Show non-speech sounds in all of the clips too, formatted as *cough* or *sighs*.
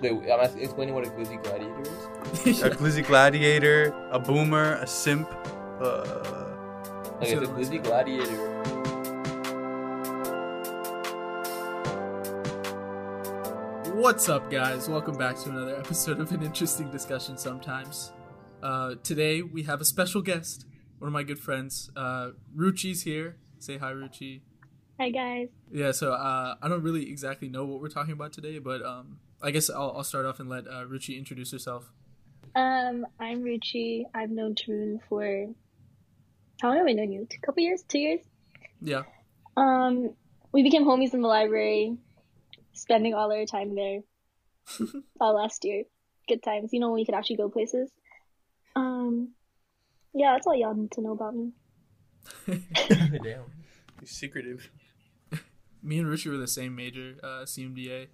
Wait, I'm asking, explaining what a glizzy gladiator is. a glizzy gladiator, a boomer, a simp. Uh, Like, it's a glizzy gladiator. What's up, guys? Welcome back to another episode of An Interesting Discussion Sometimes. Uh, today, we have a special guest, one of my good friends. Uh, Ruchi's here. Say hi, Ruchi. Hi guys. Yeah, so uh, I don't really exactly know what we're talking about today, but um, I guess I'll, I'll start off and let uh, Ruchi introduce herself. Um, I'm Ruchi. I've known Tarun for how long have I known you? A couple years? Two years? Yeah. Um, we became homies in the library, spending all our *laughs* time there. uh, last year, good times. You know when we could actually go places. Um, yeah, that's all y'all need to know about me. Damn. he's secretive. Me and Ruchi were the same major, uh, CMDA,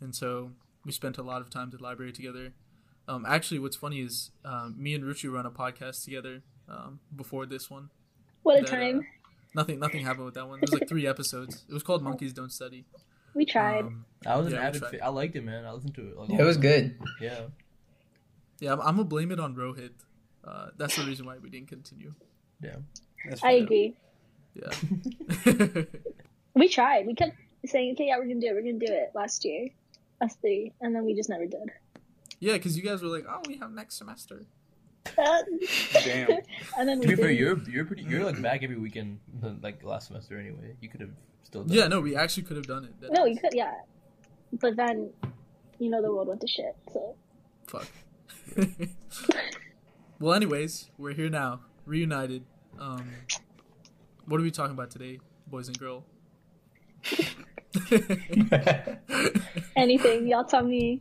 and so we spent a lot of time at the library together. Um, actually, what's funny is um, me and Ruchi run a podcast together um, before this one. What a that, uh, time! nothing, nothing happened with that one. It was like three episodes. It was called Monkeys Don't Study. We tried. Um, I was an Yeah, we avid. tried. Fa- I liked it, man. I listened to it. Like, Yeah, it was good. Yeah. yeah, I'm, I'm gonna blame it on Rohit. Uh, that's the reason why we didn't continue. That's I fine. agree. Yeah. *laughs* We tried. We kept saying, "Okay, yeah, we're gonna do it. We're gonna do it." Last year, us three, and then we just never did. *laughs* yeah, because you guys were like, "Oh, we have next semester." Uh, Damn. and then we To be fair, didn't. you're you're pretty. You're like back every weekend, like last semester anyway. You could have still. Done Yeah, no, we actually could have done it. That- No, you could, yeah. But then, you know, the world went to shit. So Fuck. *laughs* well, anyways, we're here now, reunited. Um, what are we talking about today, boys and *laughs* girl? *laughs* *laughs* anything, y'all tell me.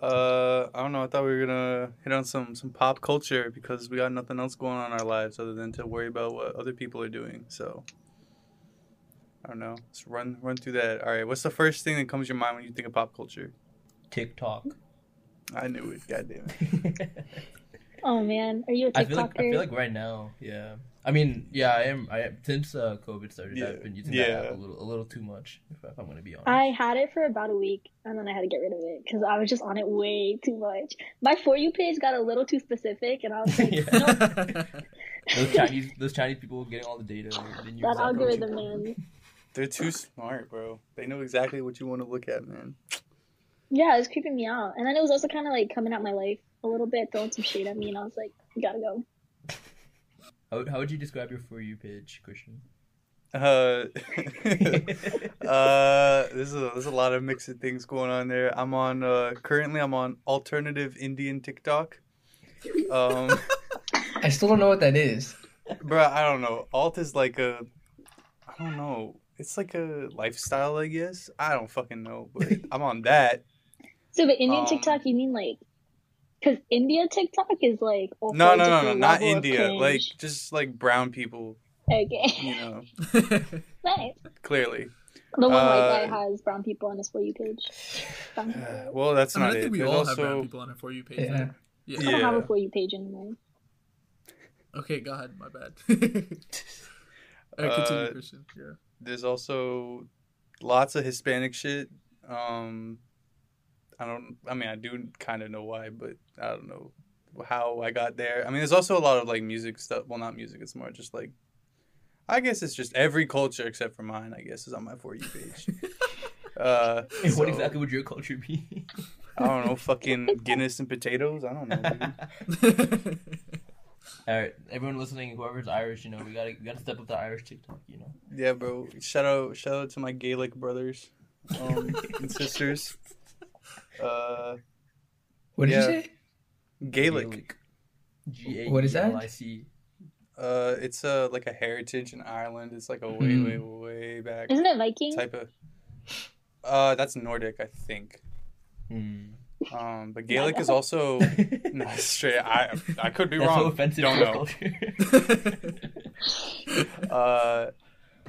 Uh, I don't know. I thought we were gonna hit on some some pop culture because we got nothing else going on in our lives other than to worry about what other people are doing. So I don't know. Let's run run through that. All right. What's the first thing that comes to your mind when you think of pop culture? TikTok. *laughs* I knew it. God damn it. Oh man, are you a I feel like I TikToker? feel like right now. Yeah. I mean, yeah, I am. I am, since uh, COVID started, Yeah. I've been using Yeah. that app a little, a little too much. If, if I'm gonna be honest. I had it for about a week and then I had to get rid of it because I was just on it way too much. My For You page got a little too specific and I *laughs* was *laughs* like, *laughs* Yeah. no, Those Chinese, those Chinese people getting all the data. That that algorithm, man. They're too smart, bro. They know exactly what you want to look at, man. Yeah, it was creeping me out. And then it was also kind of like coming at my life a little bit, throwing some shade at me, and I was like, you gotta go. How, how would you describe your for you page, Christian? Uh, *laughs* *laughs* uh, there's a there's a lot of mixed things going on there. I'm on uh currently I'm on alternative Indian TikTok. Um, *laughs* *laughs* I still don't know what that is. bro, I don't know. Alt is like a, I don't know. It's like a lifestyle, I guess. I don't fucking know, but I'm *laughs* on that. So, but Indian Um, TikTok, you mean like, because India TikTok is like, a No, no, no, whole no, different not level of uh, India. cringe. Like just like brown people, Okay. you know. *laughs* nice. Clearly. *sighs* The one Uh, white guy has brown people on his For You page. Brown people. Uh, well, that's I mean, I not think it. we There's all have also brown people on our for you page. Yeah. Yeah. I don't have a yeah. For You page anymore. Okay, God, my bad. *laughs* All right, continue, Uh, Christian. Yeah. *laughs* There's also lots of Hispanic shit. Um, I don't. I mean, I do kind of know why, but I don't know how I got there. I mean, there's also a lot of like music stuff. Well, not music. It's more just like, I guess it's just every culture except for mine. I guess is on my for you *laughs* page. uh, so, What exactly would your culture *laughs* be? I don't know. Fucking Guinness and potatoes. I don't know. Dude. All right, everyone listening, whoever's Irish, you know, we gotta we gotta step up the Irish TikTok, you know. Yeah, bro. Shout out, shout out to my Gaelic brothers um, and sisters. Uh, What did Yeah. you say? Gaelic. G A What is that? E L I C. Uh, it's a like a heritage in Ireland. It's like a way, Hmm. way, way back Isn't it Viking? type of. Uh, that's Nordic, I think. *laughs* Hmm. Um, but Gaelic is *laughs* also *laughs* no, it's straight. I I could be That's so wrong. offensive Don't to know. *laughs* culture. Uh,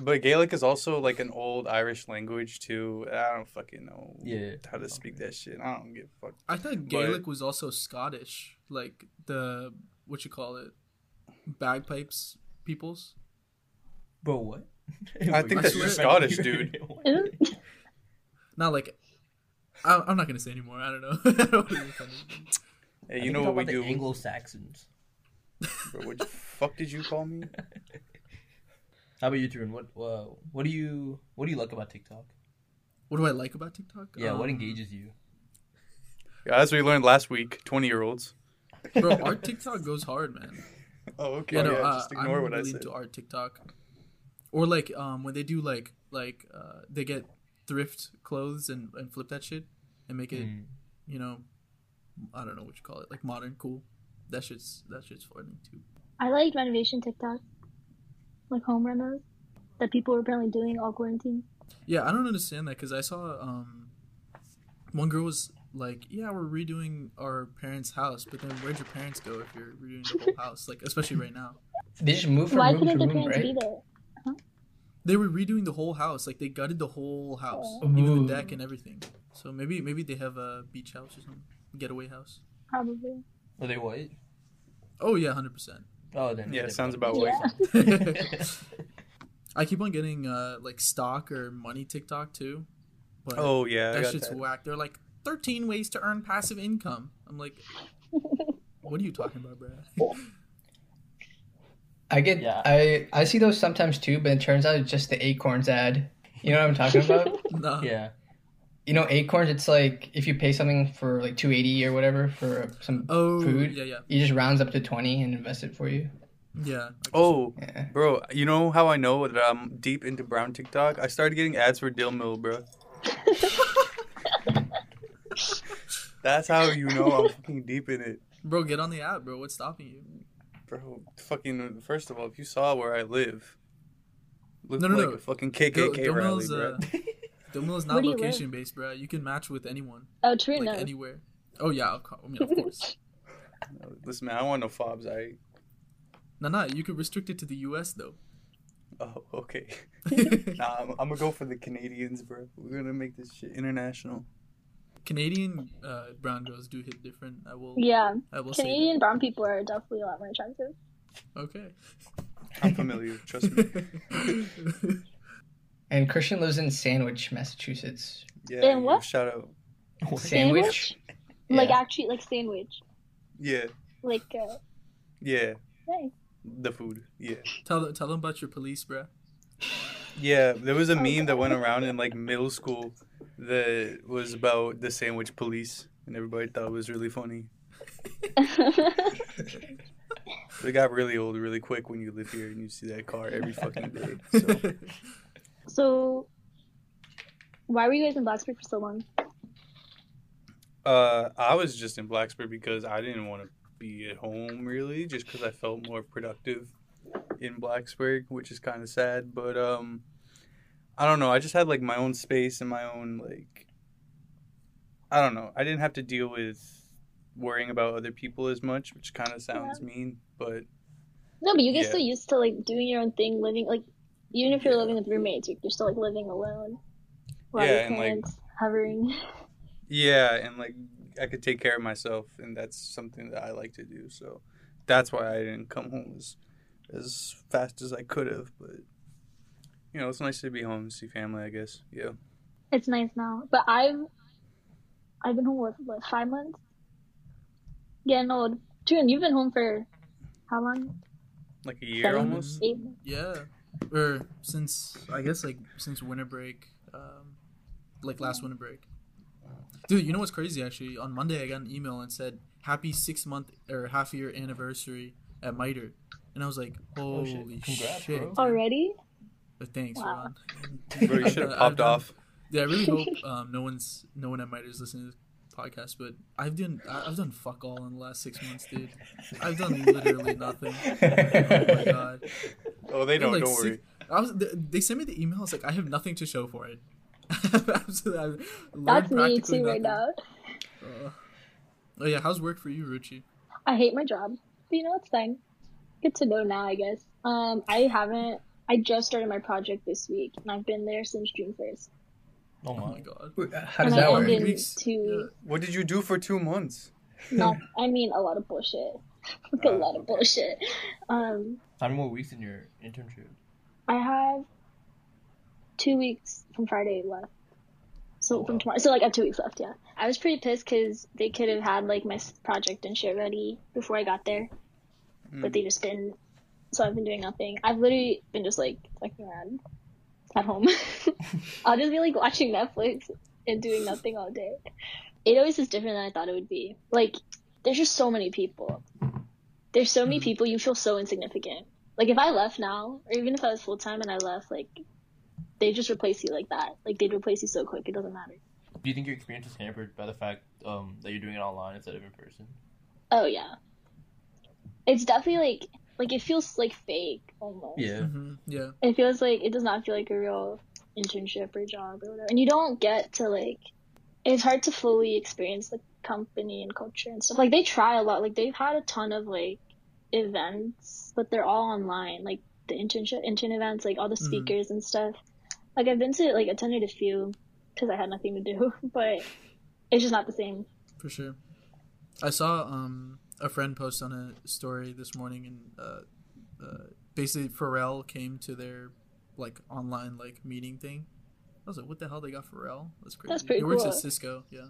but Gaelic is also like an old Irish language too. I don't fucking know yeah. how to speak that shit. I don't give a fuck. I thought Gaelic was also Scottish, like the what you call it, bagpipes peoples. Bro, what? I think *laughs* that's just Scottish, dude. Isn't Not like I, I'm not gonna say anymore. I don't know. *laughs* I don't wanna be offended. Hey, you know what we do? Anglo Saxons. Bro, what the fuck did you call me? How about you, Tarun? What uh, what do you what do you like about TikTok? what do I like about TikTok? Yeah, what Um, engages you? Yeah, as we learned last week, twenty year *laughs* olds. Bro, art TikTok goes hard, man. Oh, okay. Yeah, no, uh, just ignore I'm what I really said. into art TikTok. Or like um when they do like like uh they get thrift clothes and and flip that shit and make it Mm. Hmm. you know I don't know what you call it like modern cool. That shit's that shit's fun too. I like renovation TikTok, like home renos that people were apparently doing all quarantine. Yeah, I don't understand that because I saw um, one girl was like, "Yeah, we're redoing our parents' house, but then where'd your parents go if you're redoing the whole *laughs* house? Like, especially right now, They just move from Why room couldn't to the room, parents right? be there? they were redoing the whole house. Like, they gutted the whole house, Oh. Ooh. even the deck and everything. So maybe maybe they have a beach house or something, getaway house. Probably. Are they white? Oh yeah, hundred *laughs* percent. Oh, then Yeah, then- sounds about Yeah. right. *laughs* I keep on getting uh like stock or money TikTok too, but Oh yeah, I that got shit's that. whack. They're like thirteen ways to earn passive income. I'm *laughs* like, what are you talking about, bruh? I get Yeah. I I see those sometimes too, but it turns out it's just the acorns ad. You know what I'm talking *laughs* about? No. *laughs* yeah. you know acorns. It's like if you pay something for like 280 or whatever for some Oh, food, yeah, yeah, he just rounds up to 20 and invests it for you. yeah. Oh, Yeah. bro, you know how I know that I'm deep into brown TikTok? I started getting ads for Dill Mill, *laughs* bro. That's how you know I'm fucking deep in it, Bro, get on the app, bro. What's stopping you? bro. Fucking first of all, if you saw where I live, looked No, no, like no. a fucking KKK Dil- Dil rally, Mill's, bro. uh, Dill Mill is Where not do you live? location based, bro. You can match with anyone, Oh, true. like no. anywhere. Oh yeah, of, co- I *laughs* mean, of course. *laughs* Listen, man, I want no fobs. I no, no, you could restrict it to the U.S. *laughs* though. *laughs* oh okay. Nah, I'm, I'm gonna go for the Canadians, bro. We're gonna make this shit international. Canadian uh, brown girls do hit different. I will. yeah, I will say. Canadian brown people are definitely a lot more attractive. That. Okay. I'm familiar. trust *laughs* me. And Christian lives in Sandwich, Massachusetts. Yeah. And yo, what? Shout out. Sandwich? Like Yeah. actually, like sandwich. Yeah. Like, uh, Yeah. hey. *laughs* The food. Yeah. tell them. Tell them about your police, bro. Yeah, there was a Oh, meme that went God. around in like middle school that was about the sandwich police, and everybody thought it was really funny. It got really old really quick when you live here and you see that car every fucking day. So *laughs* so, why were you guys in Blacksburg for so long? uh, I was just in Blacksburg because I didn't want to be at home really, just because I felt more productive in Blacksburg, which is kind of sad. But um, I don't know. I just had like my own space and my own like. I don't know. I didn't have to deal with worrying about other people as much, which kind of sounds mean, but No, but you get Yeah. so used to like doing your own thing, living like even if you're Yeah. living with roommates, you're, you're still like living alone. While Yeah, your and, like- parents hovering. *laughs* Yeah, and like I could take care of myself, and that's something that I like to do. So that's why I didn't come home as as fast as I could have. But you know, it's nice to be home, see family. I guess. Yeah. It's nice now, but I've I've been home for what five months. Getting old. June, you've been home for how long? Like a year *laughs* Seven. almost. Eight. Yeah, or since I guess like since winter break, um, like last winter break. Dude, you know what's crazy? Actually, on Monday I got an email and said happy six month or half year anniversary at MITRE, and I was like, Oh, holy shit. Congrats, shit! bro. dude." Already? But thanks, Wow. Ron. Bro, you should have I've popped done- off. Yeah, I really *laughs* hope um, no one's no one at MITRE is listening to this podcast, but I've done I- I've done fuck all in the last six months, dude. I've done literally *laughs* nothing. Oh my god. Oh, they Yeah, don't. like, don't worry. six- I was. They, they sent me the email. I was like, I have nothing to show for it. *laughs* Absolutely, I've learned That's me practically too right nothing. now. Uh, oh yeah, how's work for you, Ruchi? I hate my job. But you know, it's fine. Good to know now, I guess. Um, I haven't. I just started my project this week, and I've been there since June first. Oh Oh my my. god. How does And that I work? ended in Weeks. two What did you do for two months? Not, I mean, a lot of bullshit. *laughs* Like a Uh, lot of bullshit. Um, How many more weeks in your internship? I have two weeks from Friday left, So from tomorrow, so like I have two weeks left. Yeah, I was pretty pissed because they could have had like my s- project and shit ready before I got there, but they just didn't. So I've been doing nothing. I've literally been just like fucking around at home. *laughs* I'll just be like watching Netflix and doing nothing all day. It always is different than I thought it would be. Like there's just so many people. There's so many people. You feel so insignificant. Like if I left now, or even if I was full time and I left, like they just replace you like that. Like they'd replace you so quick, it doesn't matter. Do you think your experience is hampered by the fact um, that you're doing it online instead of in person? Oh yeah, it's definitely like like it feels like fake almost. hmm Yeah. It feels like it does not feel like a real internship or job or whatever, and you don't get to like. It's hard to fully experience the company and culture and stuff. Like they try a lot. Like they've had a ton of like events, but they're all online. Like the internship intern events, like all the speakers and stuff. Like I've been to like attended a few because I had nothing to do, *laughs* but it's just not the same. for sure. I saw um, a friend post on a story this morning, and uh, uh, basically Pharrell came to their like online like meeting thing. I was like, "What the hell? They got Pharrell? That's crazy." That's pretty he works cool. at Cisco. Yeah.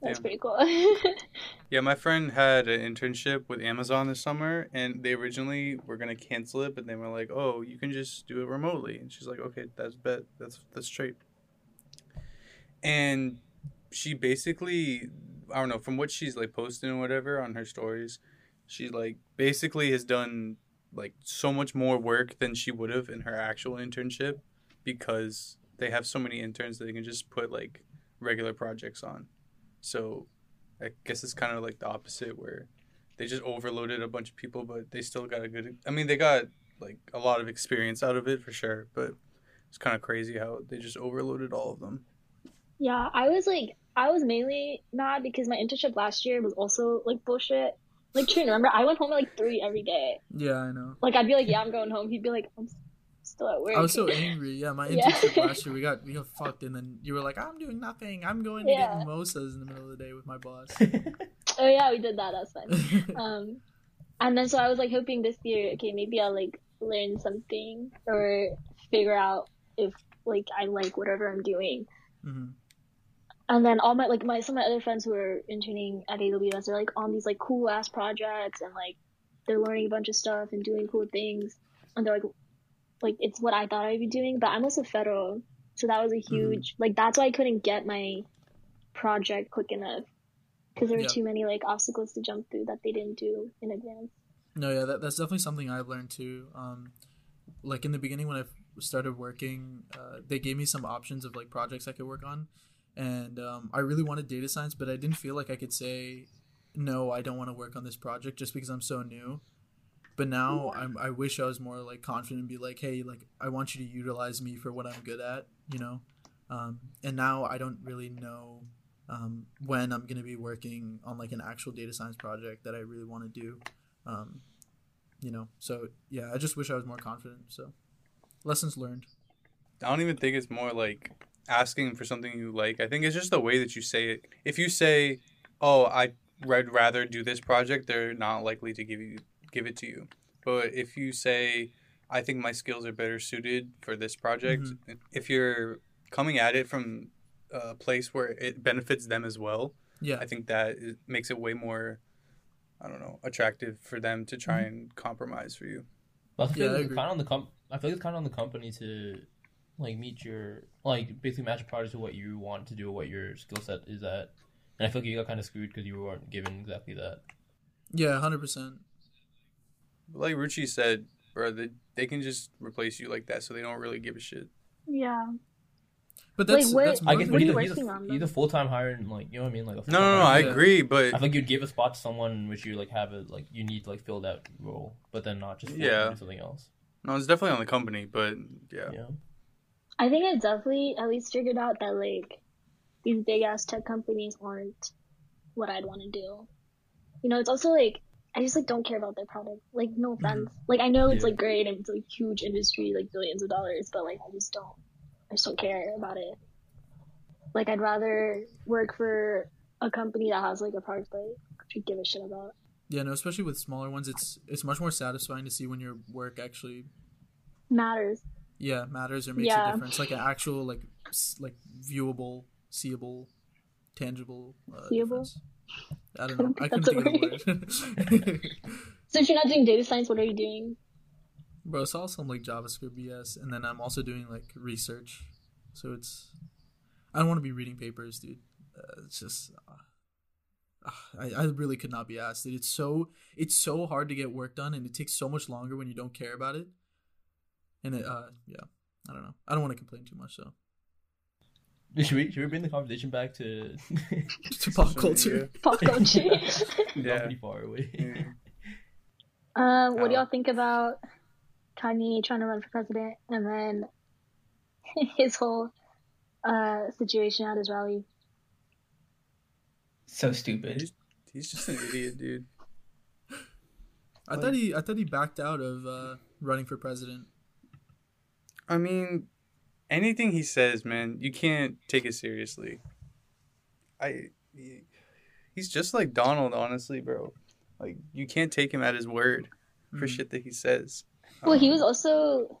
That's Yeah. pretty cool. *laughs* Yeah, my friend had an internship with Amazon this summer, and they originally were gonna cancel it, but they were like, "Oh, you can just do it remotely." And she's like, "Okay, that's bet. That's that's straight." And she basically, I don't know, from what she's like posting or whatever on her stories, she like basically has done like so much more work than she would have in her actual internship because they have so many interns that they can just put like regular projects on. So I guess it's kind of like the opposite where they just overloaded a bunch of people, but they still got a good. e, I mean, they got like a lot of experience out of it for sure, but it's kind of crazy how they just overloaded all of them. Yeah, I was like, I was mainly mad because my internship last year was also like bullshit. Like, Trent, remember, I went home at like three every day. Yeah, I know. Like, I'd be like, "Yeah, I'm going home." He'd be like, "I'm s- still at work." I was Oh, so angry. Yeah, my Yeah. internship last *laughs* year, we got we got fucked, and then you were like, "I'm doing nothing. I'm going to Yeah. get mimosas in the middle of the day with my *laughs* boss." *laughs* Mm-hmm. oh yeah, we did that. That's fun. um, and then so I was like hoping this year, okay, maybe I'll like learn something or figure out if like I like whatever I'm doing. Mhm. and then all my like my some of my other friends who are interning at AWS are like on these like cool ass projects and like they're learning a bunch of stuff and doing cool things and they're like like it's what I thought I'd be doing but I'm also federal so that was a huge like that's why I couldn't get my project quick enough because there were Yeah. too many like obstacles to jump through that they didn't do in advance No, yeah, that, that's definitely something I've learned too. Um, like in the beginning when I started working, uh, they gave me some options of like projects I could work on, and um, I really wanted data science, but I didn't feel like I could say no. I don't want to work on this project just because I'm so new. But now I'm, I wish I was more like confident and be like, hey, like I want you to utilize me for what I'm good at, you know. Um, and now I don't really know um, when I'm gonna be working on like an actual data science project that I really want to do um, you know so yeah i just wish i was more confident so lessons learned I don't even think it's more like asking for something you like. I think it's just the way that you say it. If you say, "Oh, I would rather do this project," they're not likely to give you give it to you. But if you say, "I think my skills are better suited for this project," if you're coming at it from a place where it benefits them as well, yeah I think that is, makes it way more, I don't know, attractive for them to try and compromise for you. But I feel Yeah, I like it's agree. kind of on the com- I feel like it's kind of on the company to like meet your like basically match your products to what you want to do, what your skill set is at. And I feel like you got kind of screwed because you weren't given exactly that. yeah 100% Like Ruchi said, bro, they, they can just replace you like that, so they don't really give a shit. yeah but that's Wait, what- that's I guess What are he's you a, he's a- working on, he's though? a full time hire and like you know what I mean, like a No, full-time no, no, hire. I Yeah. agree, but I think you'd give a spot to someone in which you like have a like you need like filled out role, but then not just Yeah. yeah something else. no, it's definitely on the company. But yeah, Yeah, I think I definitely at least figured out that like these big ass tech companies aren't what I'd want to do. You know, it's also like I just like don't care about their product. Like no offense. Like I know it's Yeah. like great and it's like huge industry, like billions of dollars, but like I just don't I just don't care about it. Like I'd rather work for a company that has like a product that I could give a shit about. yeah no especially with smaller ones it's it's much more satisfying to see when your work actually Matters. yeah matters or makes Yeah. a difference like an actual like s- like viewable seeable, tangible. Uh, Seeable? difference. I *laughs* don't know. I couldn't That's a think of a *laughs* word. So if you're not doing data science, what are you doing? Bro, it's all some like JavaScript BS, and then I'm also doing like research. So it's, I don't want to be reading papers, dude. Uh, it's just, uh, ah, I, I really could not be asked. Dude. It's so it's so hard to get work done, and it takes so much longer when you don't care about it. And it, uh, yeah, I don't know. I don't want to complain too much though. *laughs* Should we should we bring the conversation back to *laughs* To pop Social culture. media. Pop culture. not Yeah. pretty far away? *laughs* yeah. um, what do Oh. y'all think about Kanye trying to run for president and then *laughs* his whole uh, situation at his rally? So stupid. He's, he's just an idiot, dude. I thought he I thought he backed out of uh, running for president. I mean, anything he says, man, you can't take it seriously. I, he- he's just like Donald, honestly, bro. Like you can't take him at his word for Mhm. shit that he says. Well, he Um, was also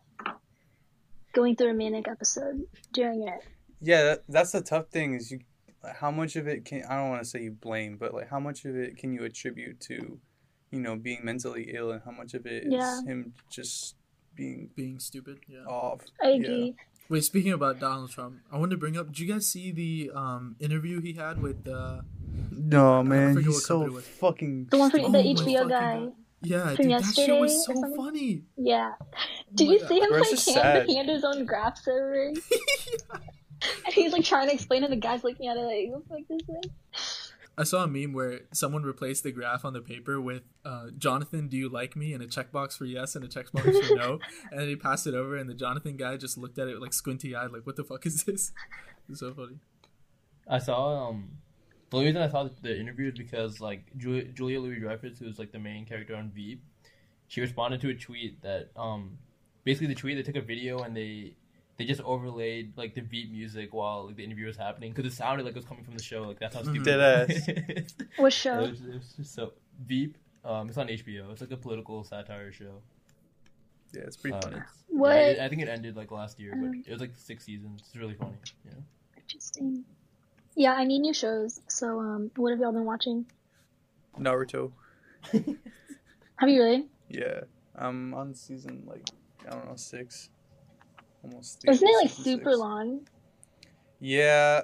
going through a manic episode during it. Yeah, that, that's the tough thing is you. How much of it can I don't want to say you blame, but like how much of it can you attribute to, you know, being mentally ill, and how much of it is Yeah. him just being Being stupid. Yeah. off. I Yeah. agree. Wait, speaking about Donald Trump, I wanted to bring up. Did you guys see the um, interview he had with? Uh, No man, man, forget he's what company he's so so it was. fucking. The one for Oh the my HBO fucking guy. God. yeah, From dude, that shit was yesterday or so something? funny. Yeah. Oh Did my you God. see him Bro, it's like hand, just sad. hand his own graph *laughs* server? And he's like trying to explain it, the guy's looking at it like, what the fuck is this? I saw a meme where someone replaced the graph on the paper with uh, "Jonathan, do you like me?" and a checkbox for yes and a checkbox for *laughs* no, and then he passed it over, and the Jonathan guy just looked at it like squinty eyed, like, "What the fuck is this?" *laughs* It's so funny. *laughs* I saw um the only reason I saw the interview is because like Julia, Julia Louis Dreyfus, who's like the main character on Veep, she responded to a tweet that um basically the tweet they took a video and they they just overlaid like the Veep music while like the interview was happening because it sounded like it was coming from the show. Like that's how Mhm. stupid. *laughs* Mm-hmm. Deadass. What it show? was, it was just so Veep. Um, it's on HBO. It's like a political satire show. Yeah, it's pretty Uh, funny. it's- What? yeah, it- I think it ended like last year, but Um. it was like six seasons. It's really funny. Yeah. Interesting. Yeah, I need new shows. So, um, what have y'all been watching? Naruto. Have you really? Yeah, I'm on season like I don't know six, almost. Isn't three, it like season super six. long? Yeah,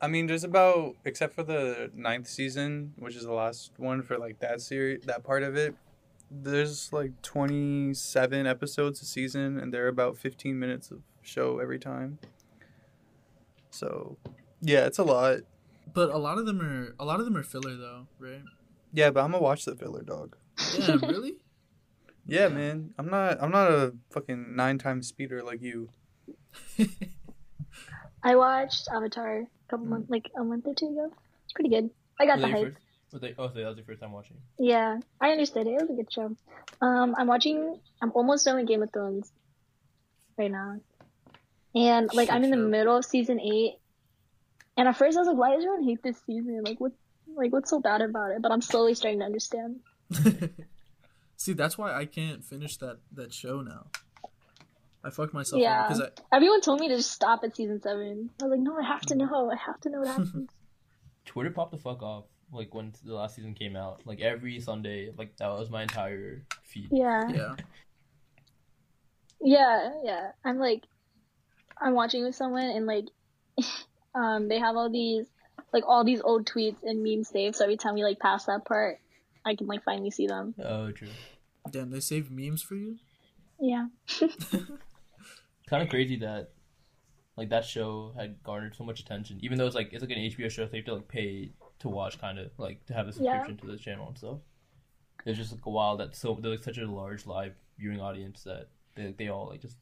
I mean, there's about except for the ninth season, which is the last one for like that series, that part of it. There's like 27 episodes a season, and they're about 15 minutes of show every time. So, yeah, it's a lot. But a lot of them are a lot of them are filler though, right? Yeah, but I'm gonna watch the filler, dog. *laughs* Yeah, really. *laughs* Yeah, man, I'm not. I'm not a fucking nine time speeder like you. I watched Avatar a couple months, like a month or two ago. It's pretty good. I got Was the that your hype. first? Was that, oh, so that was your first time watching. Yeah, I understood it. It was a good show. Um, I'm watching. I'm almost done with Game of Thrones right now, and like I'm in the Shit show. middle of season eight. And at first, I was like, "Why does everyone hate this season? Like, what, like what's so bad about it?" But I'm slowly starting to understand. See, that's why I can't finish that that show now. I fucked myself Yeah. because I Everyone told me to just stop at season seven. I was like, "No, I have to know. I have to know what happens." Twitter popped the fuck off like when the last season came out. Like every Sunday, like that was my entire feed. yeah, yeah. yeah, yeah. I'm like, I'm watching with someone, and like, *laughs* um, they have all these, like, all these old tweets and memes saved. So every time we like pass that part, I can like finally see them. Oh, true. Damn, they saved memes for you. Yeah. It's kind of crazy that like that show had garnered so much attention, even though it's like it's like an HBO show, so you have to like pay to watch, kind of like to have a Yeah. subscription to the channel and stuff. It's just like wild that so there's like such a large live viewing audience that they they all like just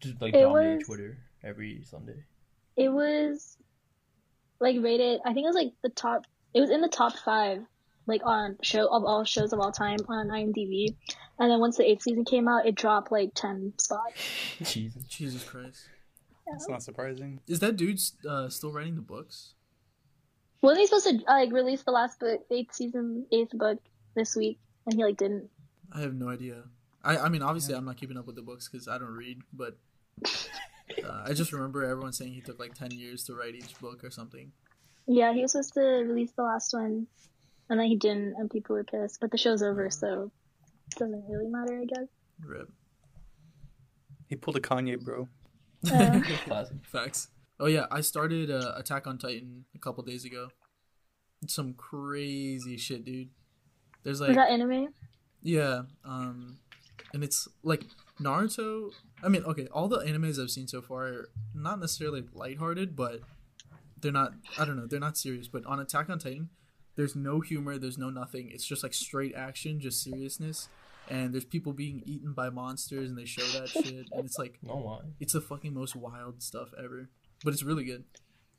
just like It dominate was- Twitter every Sunday. It was like rated, I think it was like the top, it was in the top five, like on show of all shows of all time on IMDb. And then once the eighth season came out, it dropped like 10 spots. Jesus. Jesus Christ, It's not surprising. is that dude uh, still writing the books? Wasn't he supposed to uh, like release the last book, the eighth season, eighth book this week? And he like didn't. I have no idea. I I mean, obviously, I'm not keeping up with the books because I don't read. But Uh, I just remember everyone saying he took like ten years to write each book or something. Yeah, he was supposed to release the last one, and then he didn't, and people were pissed. But the show's over, so it doesn't really matter, *laughs* I guess. Rip. He pulled a Kanye, bro. Uh, Classic. Facts. Oh yeah, I started uh, Attack on Titan a couple days ago. Some crazy shit, dude. There's like was that anime? Yeah, um, and it's like Naruto. I mean, okay, all the animes I've seen so far are not necessarily lighthearted, but they're not. I don't know, they're not serious. But on Attack on Titan, there's no humor, there's no nothing. It's just like straight action, just seriousness. And there's people being eaten by monsters, and they show *laughs* that shit. And it's like No why. it's the fucking most wild stuff ever. But it's really good.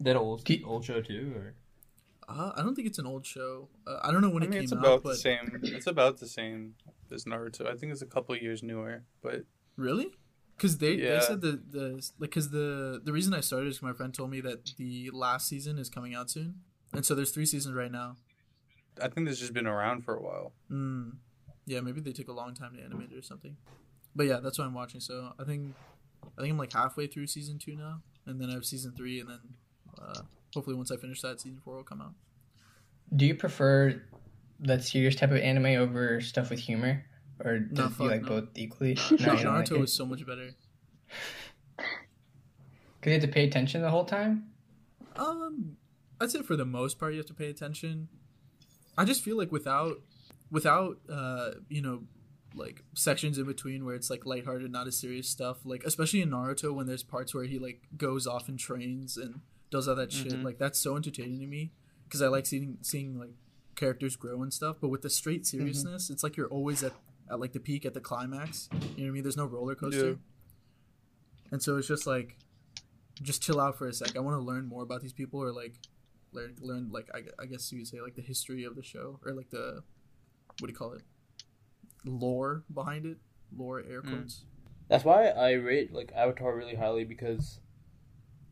That old Do- old show too, or Uh, I don't think it's an old show. Uh, I don't know when I mean, it it's came about out, the but same. It's about the same as Naruto. I think it's a couple years newer, but Really? Because they, Yeah. they said the the like because the the reason I started is 'cause my friend told me that the last season is coming out soon, and so there's three seasons right now. I think it's just been around for a while. Mm. Yeah, maybe they took a long time to animate it or something. But yeah, that's what I'm watching. So I think I think I'm like halfway through season two now, and then I have season three, and then uh, hopefully once I finish that, season four will come out. Do you prefer that serious type of anime over stuff with humor, or do No, you fuck like no. both equally? *laughs* No, you don't like Naruto it? was so much better. Cause you have to pay attention the whole time. Um, I'd say for the most part, you have to pay attention. I just feel like without, without, uh, you know, like sections in between where it's like lighthearted, not as serious stuff. Like especially in Naruto, when there's parts where he like goes off and trains and does all that shit. Mhm. Like that's so entertaining to me because I like seeing seeing like characters grow and stuff. But with the straight Mm-hmm. seriousness, it's like you're always at at like the peak at the climax. You know what I mean? There's no roller coaster. Yeah. And so it's just like, just chill out for a sec. I want to learn more about these people, or like, learn learn like I, I guess you would say like the history of the show, or like the what do you call it, lore behind it, lore air Mm. quotes. that's why I rate like Avatar really highly because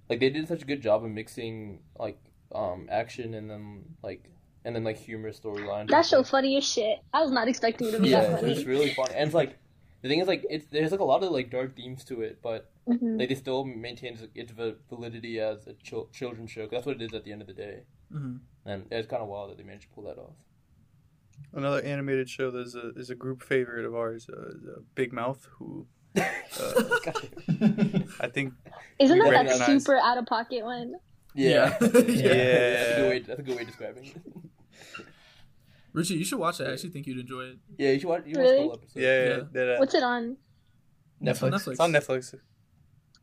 like they did such a good job of mixing like um action and then like and then like humor storyline. That show funny as shit. I was not expecting it to be yeah, that it's funny. really fun. And it's like the thing is like it's there's like a lot of like dark themes to it, but Mhm. like it still maintains its va- validity as a chil- children's show. 'cause that's what it is at the end of the day, hmm and it's kind of wild that they managed to pull that off. *laughs* Another animated show that's a is a group favorite of ours, uh, is, uh, Big Mouth, who uh, I *laughs* think Isn't we that that recognize- super out of pocket one? Yeah, Yeah. that's, Yeah. a good way. That's a good way of describing it. *laughs* Richie, you should watch it. I actually think you'd enjoy it. yeah, you should watch. You watch the Really? whole episode. yeah, yeah, Yeah. that, uh, What's it on? It's on Netflix. it's on Netflix.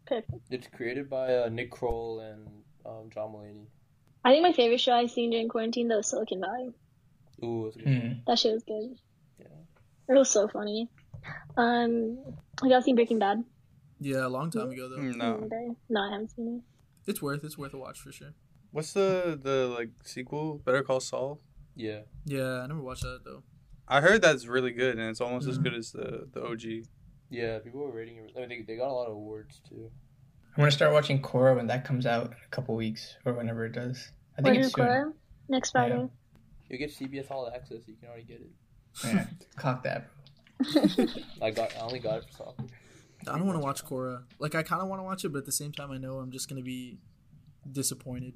Perfect. It's created by uh, Nick Kroll and um, John Mulaney. I think my favorite show I've seen during quarantine though was Silicon Valley. Ooh, that's a good. Hmm. That shit was good. Yeah. It was so funny. Um, have y'all seen Breaking Bad? Yeah, a long time ago though. Mm, No, No, I haven't seen it. It's worth it's worth a watch for sure. what's the the like sequel? Better Call Saul. yeah. Yeah, I never watched that though. I heard that's really good, and it's almost as Mhm. good as the the OG. Yeah, people were rating it. I mean, they, they got a lot of awards too. I'm gonna start watching Korra when that comes out in a couple weeks or whenever it does. I think Order it's soon. Cora next Friday. You get CBS All Access, you can already get it. Yeah, clock that. I got, I only got it for soccer. I don't want to watch Korra. Like I kind of want to watch it, but at the same time, I know I'm just gonna be disappointed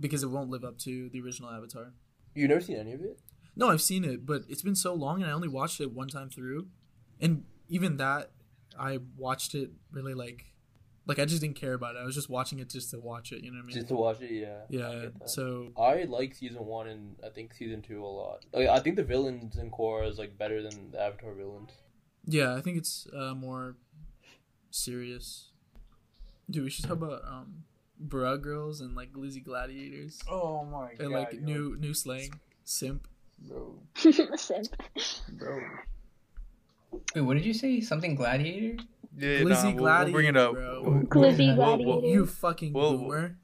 because it won't live up to the original Avatar. You never seen any of it? No, I've seen it, but it's been so long, and I only watched it one time through, and even that, I watched it really like, like I just didn't care about it. I was just watching it just to watch it. You know what I mean? Just to watch it, yeah. I yeah. get that. So I like season one and I think season two a lot. Like, I think the villains in Korra is like better than the Avatar villains. yeah, I think it's uh, more serious. Dude, we should talk about um, bra girls and like glizzy gladiators Oh my and like new new slang simp. bro, *laughs* Listen, bro. Wait, what did you say? Something gladiator? Yeah, Glizzy nah, we'll- we'll, bring it up. Gladiator, bro. We'll, Glizzy Whoa, whoa. Gladiator. You fucking Whoa. boomer.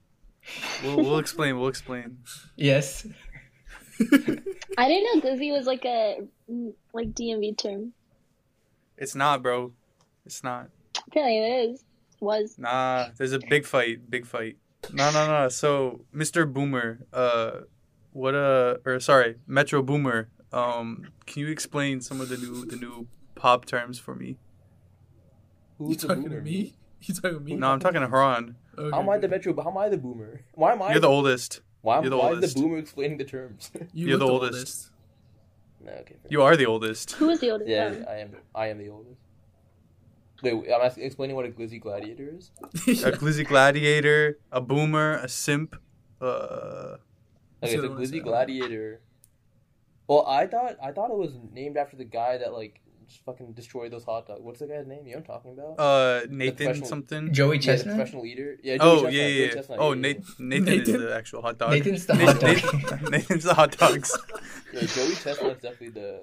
we'll, we'll explain. *laughs* We'll explain. Yes. I didn't know Glizzy was like a mm, like DMV term. It's not, bro. It's not. Apparently it is. Was Nah, there's a big fight, big fight. No, no, no. So, Mr. Boomer, uh, what uh, or sorry, Metro Boomer. Um, can you explain some of the new the new pop terms for me? Who's You talking to me? *laughs* You talking to me? No, I'm talking to Haran. Okay, How am I the good. metro? But how am I the boomer? Why am I? You're the oldest. why am you're the why is oldest. the boomer explaining the terms? *laughs* You You're look the oldest. no, okay. fair. You are the oldest. Who was the oldest Yeah, one? I am. I am the oldest. Wait, I'm asking, explaining what a glizzy gladiator is. *laughs* *laughs* A glizzy gladiator, a boomer, a simp. Uh, Okay, the so other one I glizzy said. gladiator. Well, I thought I thought it was named after the guy that like just fucking destroyed those hot dogs. What's the guy's name? You know what I'm talking about? uh, Nathan professional- something. Oh, Joey yeah, the Chestnut. professional eater. Yeah. Joey Oh Chestnut, yeah, Joey yeah. yeah. Chestnut, Oh yeah, yeah. Nathan, Nathan is Nathan? the actual hot dog. Nathan's the hot Nathan- dog. *laughs* Nathan- *laughs* Nathan's the hot dogs. Yeah, Joey Chestnut's definitely the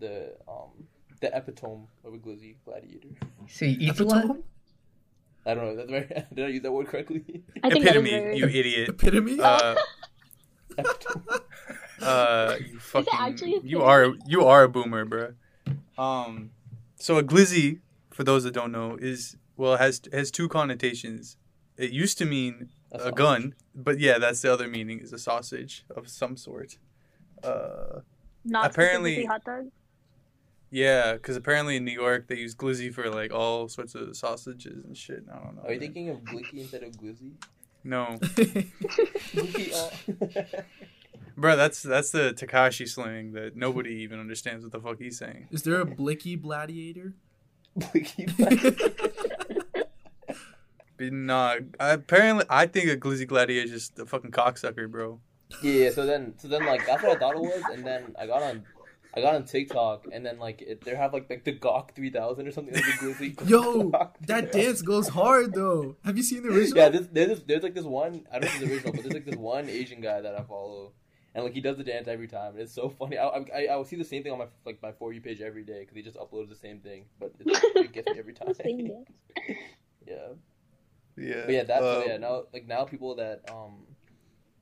the um the epitome of a glizzy gladiator. so you eat a lot. Epitome? I don't know. That's right. *laughs* Did I use that word correctly? *laughs* I think Epitome, that was you you, idiot. Epitome? Uh, Epitome. uh, you actually fucking. a You thing? are you are a boomer, bro. Um, so a glizzy, for those that don't know, is well it has has two connotations. It used to mean That's a all. gun, but yeah, that's the other meaning is a sausage of some sort. Uh, not Apparently- specifically hot dog. yeah, because apparently in New York they use glizzy for like all sorts of sausages and shit. I don't know. Are you man. thinking of Glicky instead of *laughs* Glizzy? No, Glicky, uh, *laughs* bro, that's that's the Takashi slang that nobody even understands what the fuck he's saying. *laughs* Is there a blicky gladiator? *laughs* Glicky gladiator. But nah, apparently I think a glizzy gladiator is just a fucking cocksucker, bro. Yeah, *laughs* yeah, so then so then like that's what I thought it was and then I got on I got on TikTok and then like it, they have like like the Gawk three thousand or something like the *laughs* glizzy. *laughs* Yo, Gawk that 3000. dance goes hard though. Have you seen the original? Yeah, there's, there's this- there's like this one I don't know if it's original, but there's like this one Asian guy that I follow and like he does the dance every time and it's so funny. I I, I- I will see the same thing on my like my for you page every day because he just uploads the same thing, but it, it gets me every *laughs* time. Same day. *laughs* yeah. Yeah, But yeah, that's uh, yeah. Now, like now, people that um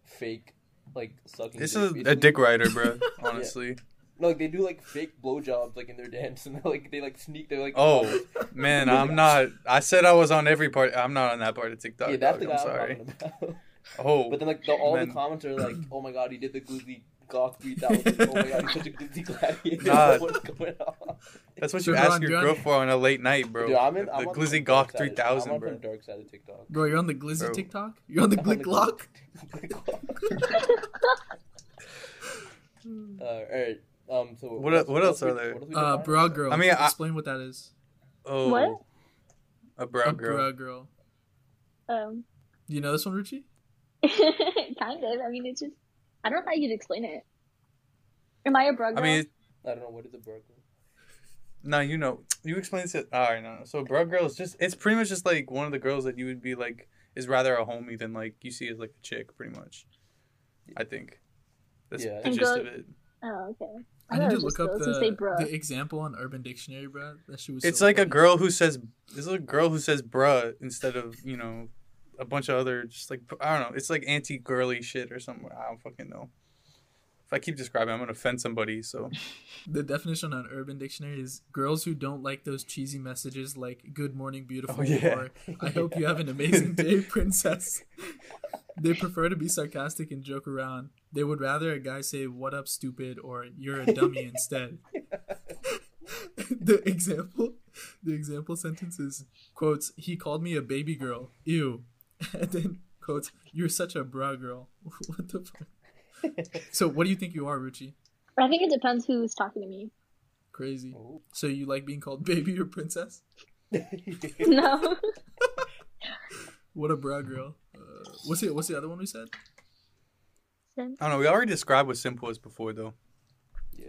fake like sucking. It's dick a, a basically- dick *laughs* rider, bro. Honestly. No, like they do like fake blowjobs like in their dance, and they're, like they like sneak. They're like, *laughs* Oh man, I'm not. I said I was on every part. I'm not on that part of TikTok. yeah, that's the dog, guy I'm I'm sorry. talking *laughs* about. *laughs* Oh, But then like the, all Man. the comments are *laughs* like, oh my god, he did the glizzy gawk three thousand. Oh my god, he's *laughs* such a glizzy gladiator. *laughs* Nah. What's going on? that's what So you Ron, ask you're your on- girl for on a late night, bro. Dude, I'm in. the I'm on the Glizzy dark Gawk side of- three thousand, I'm on bro. from dark side of TikTok. *laughs* Bro, you're on the glizzy Bro. TikTok? You're on *laughs* the I'm on *laughs* glick lock? Glick *laughs* Glock. uh, all right. Um. So What el- what else we- are there? what else we Uh define? bra girl. I mean, I- explain what that is. Oh, What? A brow a girl. bra girl. Um, *laughs* You know this one, Ruchi? kind of. I mean, it's just I don't know how you'd explain it. Am I a bro I girl? mean, I don't know what is *laughs* *laughs* a bra girl. no, you know, you explain this. All right, no, no. So brow girl is just. It's pretty much just like one of the girls that you would be like is rather a homie than like you see as like a chick, pretty much. I think. That's Yeah. the And gist girl- of it. oh, okay. I need thought to it was look just up girls the, who say bro. the example on Urban Dictionary, bro. That shit was It's so like a funny. girl who says it's a girl who says bruh instead of, you know, a bunch of other just like I don't know, it's like anti girly shit or something. I don't fucking know. If I keep describing, I'm gonna offend somebody, so The definition on Urban Dictionary is girls who don't like those cheesy messages like "Good morning, beautiful," Oh, yeah. or "I hope you *laughs* have an amazing day, princess." they prefer to be sarcastic and joke around. They would rather a guy say "What up, stupid?" or "You're a *laughs* dummy" instead. *laughs* the example, the example sentence is quotes. He called me a baby girl. Ew, *laughs* and then quotes. You're such a bra girl. *laughs* what the fuck? so, what do you think you are, Ruchi? I think it depends who's talking to me. Crazy. Oh. So you like being called *laughs* baby or princess? No, What a bra girl. Uh, what's it? What's the other one we said? I don't know. We already described what simp was before though. yeah.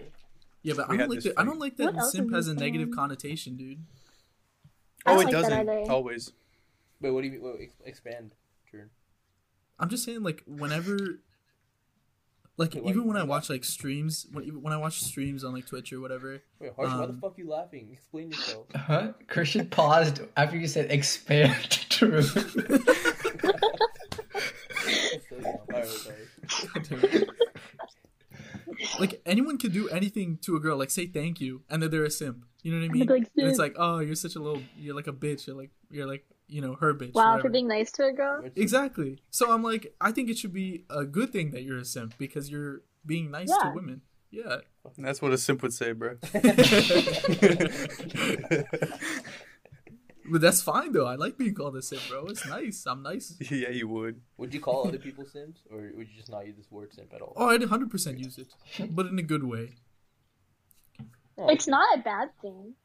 Yeah, but I We don't had like this that. I thing. don't like that What else simp is has a this negative one? connotation, dude. I Oh don't it like that doesn't either. always. Wait, what do you mean? Wait, ex- expand. Turn. I'm just saying, like whenever, like Wait, why- even when I why- watch like streams, when even when I watch streams on like Twitch or *laughs* whatever, Wait, Harsh, why the Um, fuck you laughing? Explain yourself. *coughs* Huh? Christian paused after you said expand *laughs* to room. That's so dumb. All right, sorry. like anyone can do anything to a girl, like say thank you, and then they're a simp. You know what I mean? Like, like, and it's simp. like, oh, you're such a little, you're like a bitch. You're like, you're like, you know, her bitch. wow, for whatever. being nice to a girl. Where'd you- Exactly. So I'm like, I think it should be a good thing that you're a simp because you're being nice to Yeah. women. Yeah. *laughs* That's what a simp would say, bro. But that's fine though. I like being called a simp, bro. It's nice. I'm nice. *laughs* yeah, you would. Would you call other people simps, or would you just not use this word simp at all? Oh, I'd 100% use it, but in a good way. Oh, It's not a bad thing.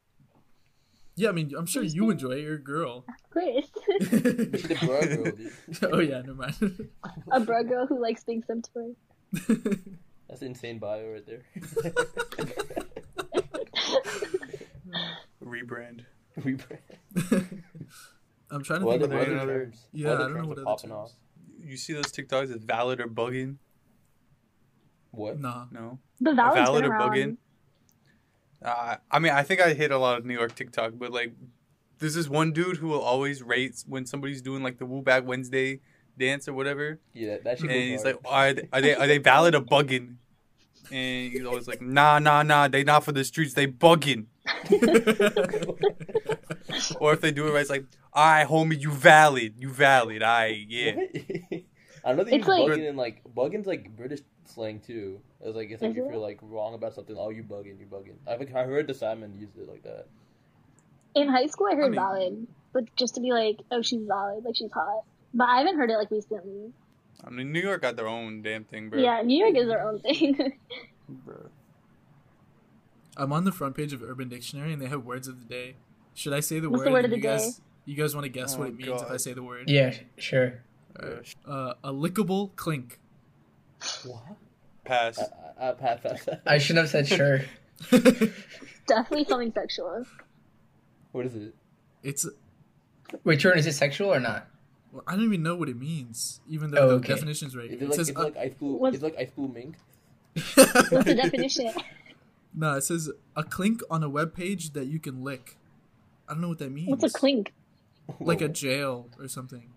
Yeah, I mean, I'm sure you enjoy it. You're a girl. *laughs* Of course. *laughs* the bro girl, dude. oh *laughs* yeah, never mind. *laughs* *laughs* a bro girl who likes being some toy. That's an insane bio right *laughs* there. *laughs* Rebrand. Rebrand. I'm trying to What think. other, what Of, Whether- other whether- terms? yeah, what other I don't know terms what are other popping terms. off. You see those TikToks as valid or bugging? What? nah. No. *laughs* The A valid, valid been or around. bugging? Uh, I mean, I think I hit a lot of New York TikTok, but like, there's this one dude who will always rate when somebody's doing like the Woo Back Wednesday dance or whatever, Yeah, that, that shit and goes he's like, oh, hard. are they, are they are they valid or bugging? And he's always like, nah, nah, nah, they not for the streets, they bugging. *laughs* *laughs* Or if they do it right, it's like, all right, homie, you valid, you valid, I yeah. What? *laughs* I don't think it's It's like- bugging and like bugging's like British slang too. It's like it's like Is if it? you're like wrong about something, oh you bugging, you bugging. I think I heard the Simon used it like that. In high school, I heard I mean- valid, but just to be like, oh, she's valid, like she's hot. But I haven't heard it like recently. I mean, New York got their own damn thing, bro. Yeah, New York is their own thing. *laughs* Bro. I'm on the front page of Urban Dictionary, and they have words of the day. Should I say the What's word? the and word of the you Guys, you guys want to guess what Oh, it means if I God. say the word? Yeah, sure. Uh, Uh, a lickable clink. What? pass. I, Uh, I, I pat pat that. I shouldn't have said sure. Definitely something sexual. *laughs* What is it? it's. Wait, Jordan, is it sexual or not? Well, I don't even know what it means, even though Oh, the okay. definition's right. Is here. it It like says uh, it's like *laughs* high school What's- it's like high school mink? What's the *laughs* definition? no, it says a clink on a web page that you can lick. I don't know what that means. What's a clink? *laughs* Like Whoa. a jail or something.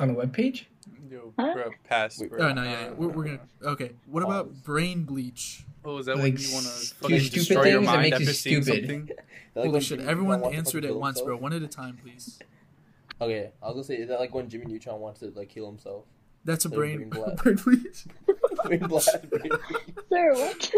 On a webpage? Yo, Huh? bro, pass. Wait, bro. Oh no, yeah, yeah. We're, we're gonna okay. What about brain bleach? Oh, is that Like, when you want to stu- fucking stupid destroy your things that mind make you after seeing stupid. something? Like Holy when shit! Jimmy Neutron Everyone wants to answered fucking at kill once, bro. himself? One at a time, please. Okay, I was gonna say is that like when Jimmy Neutron wants to like kill *laughs* himself? *laughs* That's a Said brain *laughs* brain blast. brain bleach. Brain blast, brain bleach. Sir, what?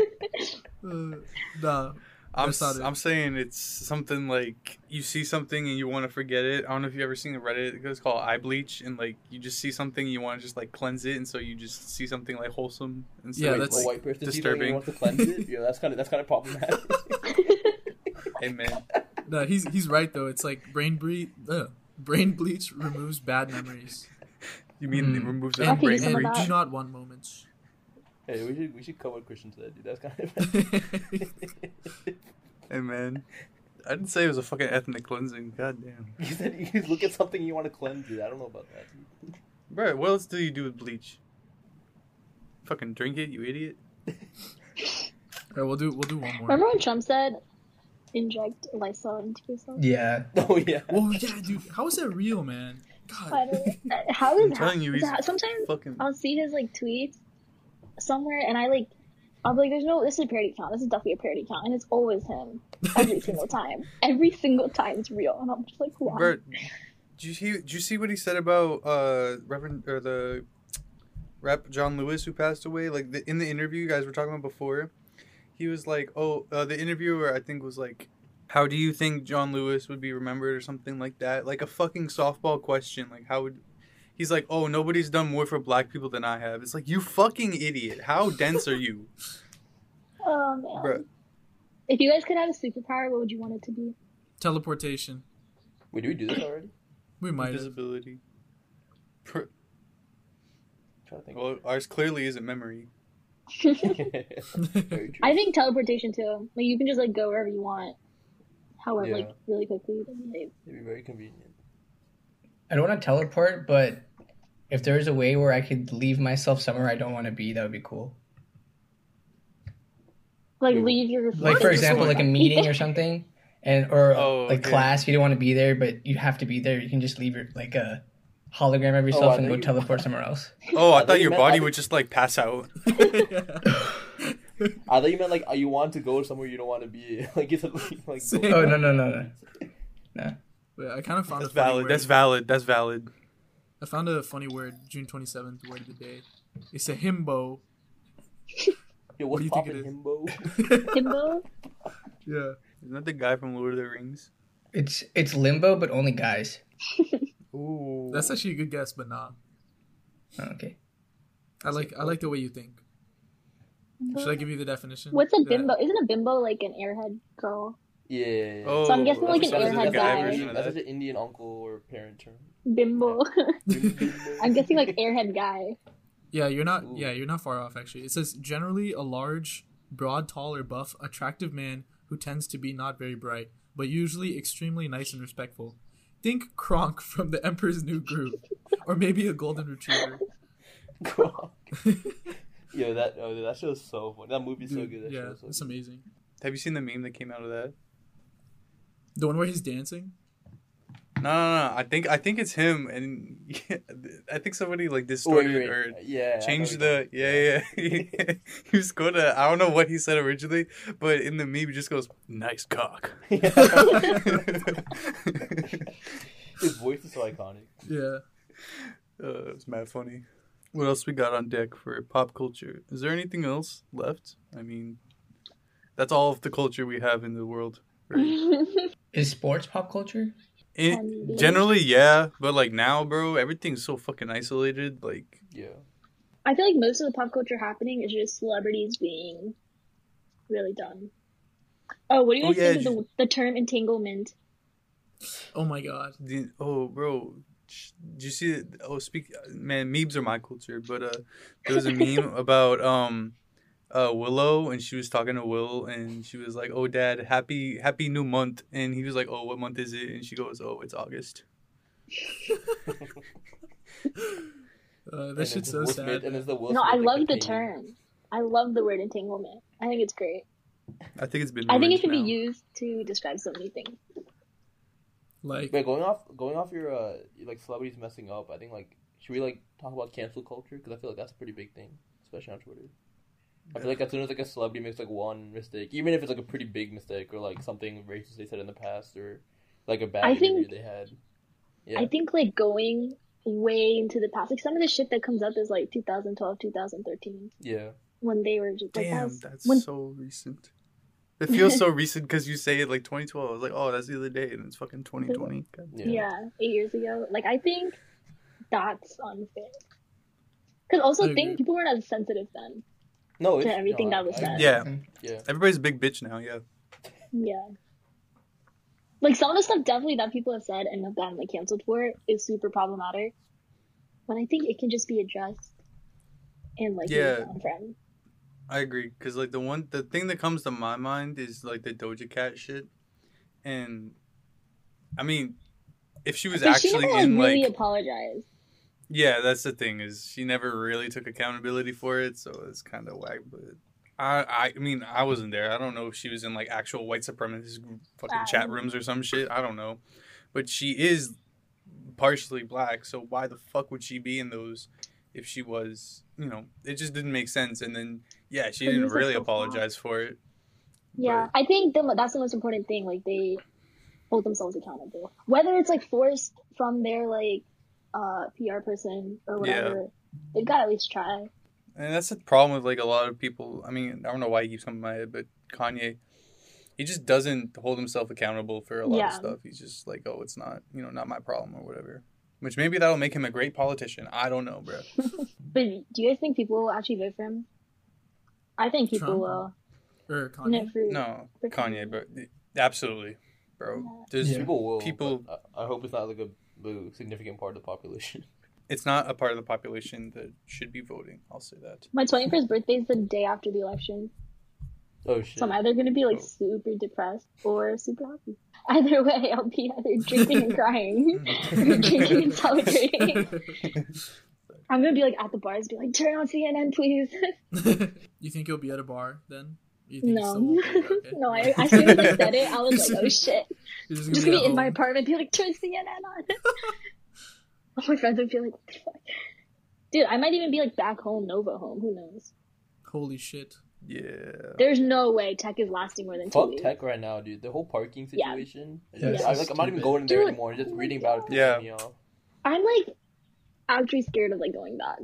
*laughs* Uh, nah, I'm, That's not s- it. I'm saying it's something like you see something and you want to forget it. I don't know if you've ever seen the Reddit. It's called eye bleach, and like you just see something and you want to just like cleanse it, and so you just see something like wholesome. Instead Yeah, of, that's- a like, white person sees it and disturbing. wants to cleanse *laughs* it. Yeah, that's kind of that's kind of problematic. *laughs* hey man, nah, he's he's right though. It's like brain ble- uh, brain bleach removes bad memories you mean Mm. it removes I the and, could brain use some of and do breach? that. not want moments. Hey, we should we should cover Christian to that dude. That's kind *laughs* *laughs* of. He Hey man, I didn't say it was a fucking ethnic cleansing. Goddamn, you said you just look at something you want to cleanse, dude. I don't know about that. bro. What else do you do with bleach? Fucking drink it, you idiot. All right, we'll do we'll do one more. Remember when Trump said, inject Lysol into yourself? Yeah. Oh yeah. *laughs* Oh yeah, dude, how is that real, man? I God, don't- uh, How is I'm telling that? you, he's that- Sometimes Fucking I'll see his like tweets somewhere, and I like, I'll be like, "There's no, this is a parody account. This is definitely a parody account," and it's always him every single time. Every single time it's real, and I'm just like, "Wow." Bert, do you see? Do you see what he said about uh Reverend or the rep John Lewis who passed away? Like the, in the interview you guys were talking about before, he was like, "Oh, uh, the interviewer I think was like, how do you think John Lewis would be remembered or something like that? Like a fucking softball question. Like how would." He's like, oh, nobody's done more for black people than I have. It's like, you fucking idiot. How dense are you? Oh man! Bruh. If you guys could have a superpower, what would you want it to be? teleportation. Wait, did we do this already? We might. have. Invisibility. I'm Per- trying to think. well, ours clearly isn't memory. *laughs* Very true. *laughs* I think teleportation too. Like you can just like go wherever you want, however, Yeah. like really quickly. Like, It'd be very convenient. I don't want to teleport, but if there is a way where I could leave myself somewhere I don't want to be, that would be cool. like Yeah. leave your Like for example, like a meeting *laughs* or something, and *laughs* or Oh, like okay. class, you don't want to be there, but you have to be there. You can just leave your like a hologram of Oh, I yourself and know go you- teleport somewhere else. Oh, I I thought thought you your meant- I body thought- would just like pass out. *laughs* I thought you meant like uh, you want to go somewhere you don't want to be. *laughs* like it's a, like. Same. go- *laughs* Oh no no no no. Wait, I kind of found That's a funny valid. word. That's valid. That's valid. I found a funny word. June twenty seventh, word of the day. It's a himbo. Yo, What what's do you think it *laughs* poppin', is? himbo? himbo. yeah. Isn't that the guy from Lord of the Rings? It's it's limbo, but only guys. Ooh. That's actually a good guess, but nah. Oh, okay. I like I like the way you think. Should I give you the definition? What's a Did I- bimbo? Isn't a bimbo like an airhead girl? Yeah. yeah, yeah. Oh, So I'm guessing like That's an such a airhead good guy. version of That's that. That's an Indian uncle or parent *laughs* term. Bimbo. *laughs* *laughs* I'm guessing like airhead guy. Yeah, you're not. Ooh. Yeah, you're not far off actually. It says generally a large, broad, tall, or buff, attractive man who tends to be not very bright, but usually extremely nice and respectful. Think Kronk *laughs* from The Emperor's New Groove, or maybe a golden *laughs* retriever. Yo, that oh, that show's so funny. That movie's so Dude, good. That yeah, show's so it's good. amazing. Have you seen the meme that came out of that? The one where he's dancing. No, no, no. I think I think it's him, and *laughs* I think somebody like Oh, wait, distorted wait, or wait. Yeah. I know changed what the yeah yeah. *laughs* he was going to I don't know what he said originally, but in the meme he just goes nice *laughs* cock. *laughs* you're talking about. His voice is so iconic. Yeah. Uh, it's mad funny. What else we got on deck for pop culture? Is there anything else left? I mean, that's all of the culture we have in the world. *laughs* Right? Is sports pop culture? In, generally, yeah, but like now, bro, everything's so fucking isolated. Like, Yeah. I feel like most of the pop culture happening is just celebrities being really dumb. Oh, what do you Oh, guys yeah, think of the, the term entanglement? Oh my god. the, oh, bro, sh- did you see? That? Oh, speak, man, memes are my culture. But uh, there was a meme about um, uh, Willow, and she was talking to Will, and she was like, "Oh, Dad, happy, happy new month," and he was like, "Oh, what month is it?" And she goes, "Oh, it's August." Uh, And that shit's it's so Will sad. Smith- and it's the Will No, Smith, I like, love the companion. term. I love the word entanglement. I think it's great. I think it's been. I think ruined it can now. be used to describe so many things. like, Wait, going off going off your uh your, like celebrities messing up. I think like should we like talk about cancel culture because I feel like that's a pretty big thing, especially on Twitter. I feel like as soon as like a celebrity makes like one mistake, even if it's like a pretty big mistake or like something racist they said in the past or like a bad I interview think- they had. Yeah. I think like going way into the past, like some of the shit that comes up is like 2012, 2013, yeah. when they were just like, Damn, us- that's when so recent. It feels *laughs* so recent because you say it like 2012. I was like, oh, that's the other day, and it's fucking 2020. God Yeah. yeah. eight years ago. Like I think that's unfair. Because also, I think agree. people weren't as sensitive then. No, To everything that was said. Yeah, Mm-hmm. Yeah. everybody's a big bitch now. Yeah, Yeah. Like some of the stuff definitely that people have said and have gotten like canceled for is super problematic. But I think it can just be addressed and like Yeah. yeah. from. I agree. Because like the one, the thing that comes to my mind is like the Doja Cat shit, and I mean, if she was But she actually never like in like, really apologized. yeah, that's the thing is she never really took accountability for it, so it's kind of whack. But I, I mean, I wasn't there. I don't know if she was in like actual white supremacist fucking Um. chat rooms or some shit. I don't know, but she is partially black, so why the fuck would she be in those? If she was, you know, it just didn't make sense. And then, yeah, she Her didn't music's really so flat. apologize for it. Yeah, I think the, that's the most important thing. Like they hold themselves accountable, whether it's like forced from their like uh, PR person or whatever. They've got to at least try. And that's the problem with like a lot of people. I mean, I don't know why he keeps coming to my head, but Kanye, he just doesn't hold himself accountable for a lot Yeah. of stuff. He's just like, oh, it's not, you know, not my problem or whatever. Which maybe that'll make him a great politician. I don't know, bro. But do you guys think people will actually vote for him? I think people Trump? will. or No, er, Kanye. for- No, Kanye, bro, absolutely, bro. There's, Yeah. People will. People- but I, I hope it's not like a boo- significant part of the population. *laughs* it's not a part of the population that should be voting. I'll say that. My twenty first birthday is the day after the election, Oh shit. so I'm either gonna be like super depressed or super happy. Either way, I'll be either drinking *laughs* and crying, or drinking and celebrating. I'm gonna be like at the bars, be like, turn on CNN, please. you think he'll be at a bar then? You think he No. still won't be? Okay. *laughs* *laughs* no, I, as soon as I said it, I was *laughs* like, oh shit. You're just I'm *laughs* gonna just be gonna at be in my home. apartment and be like, turn CNN on. *laughs* All my friends would be like, what the fuck? Dude, I might even be like back home, Nova home, who knows? Holy shit. Yeah. There's no way tech is lasting more than two Fuck weeks. tech right now, dude. The whole parking Yeah. situation. Yeah, I, it's like, I'm not even stupid. going in there Dude, anymore. Just oh my reading about it. God. pisses Yeah. Me off. I'm like actually scared of like going back.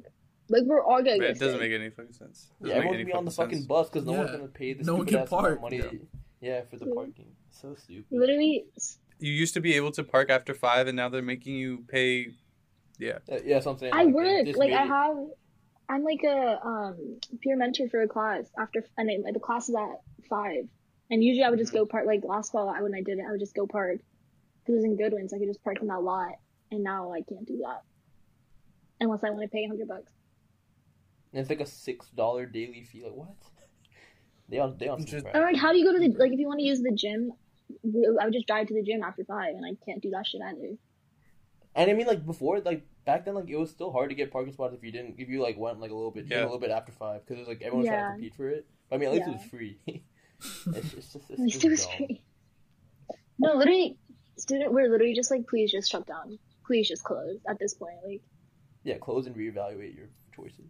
Like we're all gonna But get it doesn't sick. make any fucking sense. Yeah, Doesn't make everyone's any gonna be on the fucking fucking sense. bus because no one's Yeah. gonna pay this No one stupid can ass amount of park. money. Yeah. for the Yeah. parking. So stupid. Literally, s- you used to be able to park after five, and now they're making you pay. Uh, yeah, that's what I'm saying. I like, work. this Like I made it- have, I'm like a um peer mentor for a class after, and it, the class is at five. And usually I would Mm-hmm. just go park. Like last fall, I, when I did it, I would just go park because it was in Goodwin, so I could just park in that lot. And now I can't do that unless I want to pay a hundred bucks. and it's like a six dollar daily fee. Like what? *laughs* They on they on Just- some Or crap. like, how do you go to the like if you want to use the gym? I would just drive to the gym after five, and I can't do that shit either. And I mean, like before, like back then, like it was still hard to get parking spots if you didn't, if you like went like a little bit, even a Yeah. little bit after five, because it was like everyone was trying Yeah. to compete for it. But, I mean, at least Yeah. it was free. *laughs* it's just, it's At least just it was dumb. free. *laughs* No, literally, student, we're literally just like, please just shut down. Please just close at this point. Like, Yeah, close and reevaluate your choices.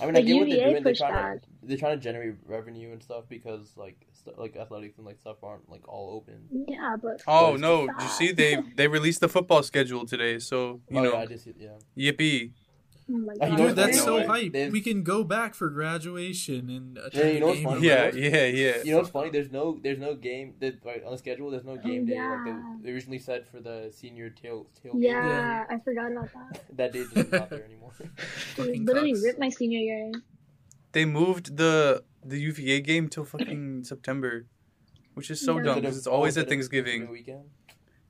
I mean, I But get what they're UVA doing. They're pushed trying to they're trying to generate revenue and stuff because like st- like athletics and like stuff aren't like all open. yeah, but Oh it's no! just Did you that. see they they released the football schedule today? So you oh know, yeah, I just yeah. yippee! oh Uh, my you god, know Dude, what's that's funny? so No way. hype. They've- We can go back for graduation and a Yeah, you know what's game funny? or Yeah, whatever. yeah, yeah. You know what's funny? There's no there's no game that like, on the schedule. There's no game day like Oh, yeah. they, they originally said for the senior tail tail yeah, Yeah. I forgot about that. that day just not *laughs* there anymore. Um, Dude, Fucking literally sucks. ripped my senior year. they moved the the UVA game till fucking *clears throat* September, which is so Yeah. dumb because it's always at Thanksgiving. weekend.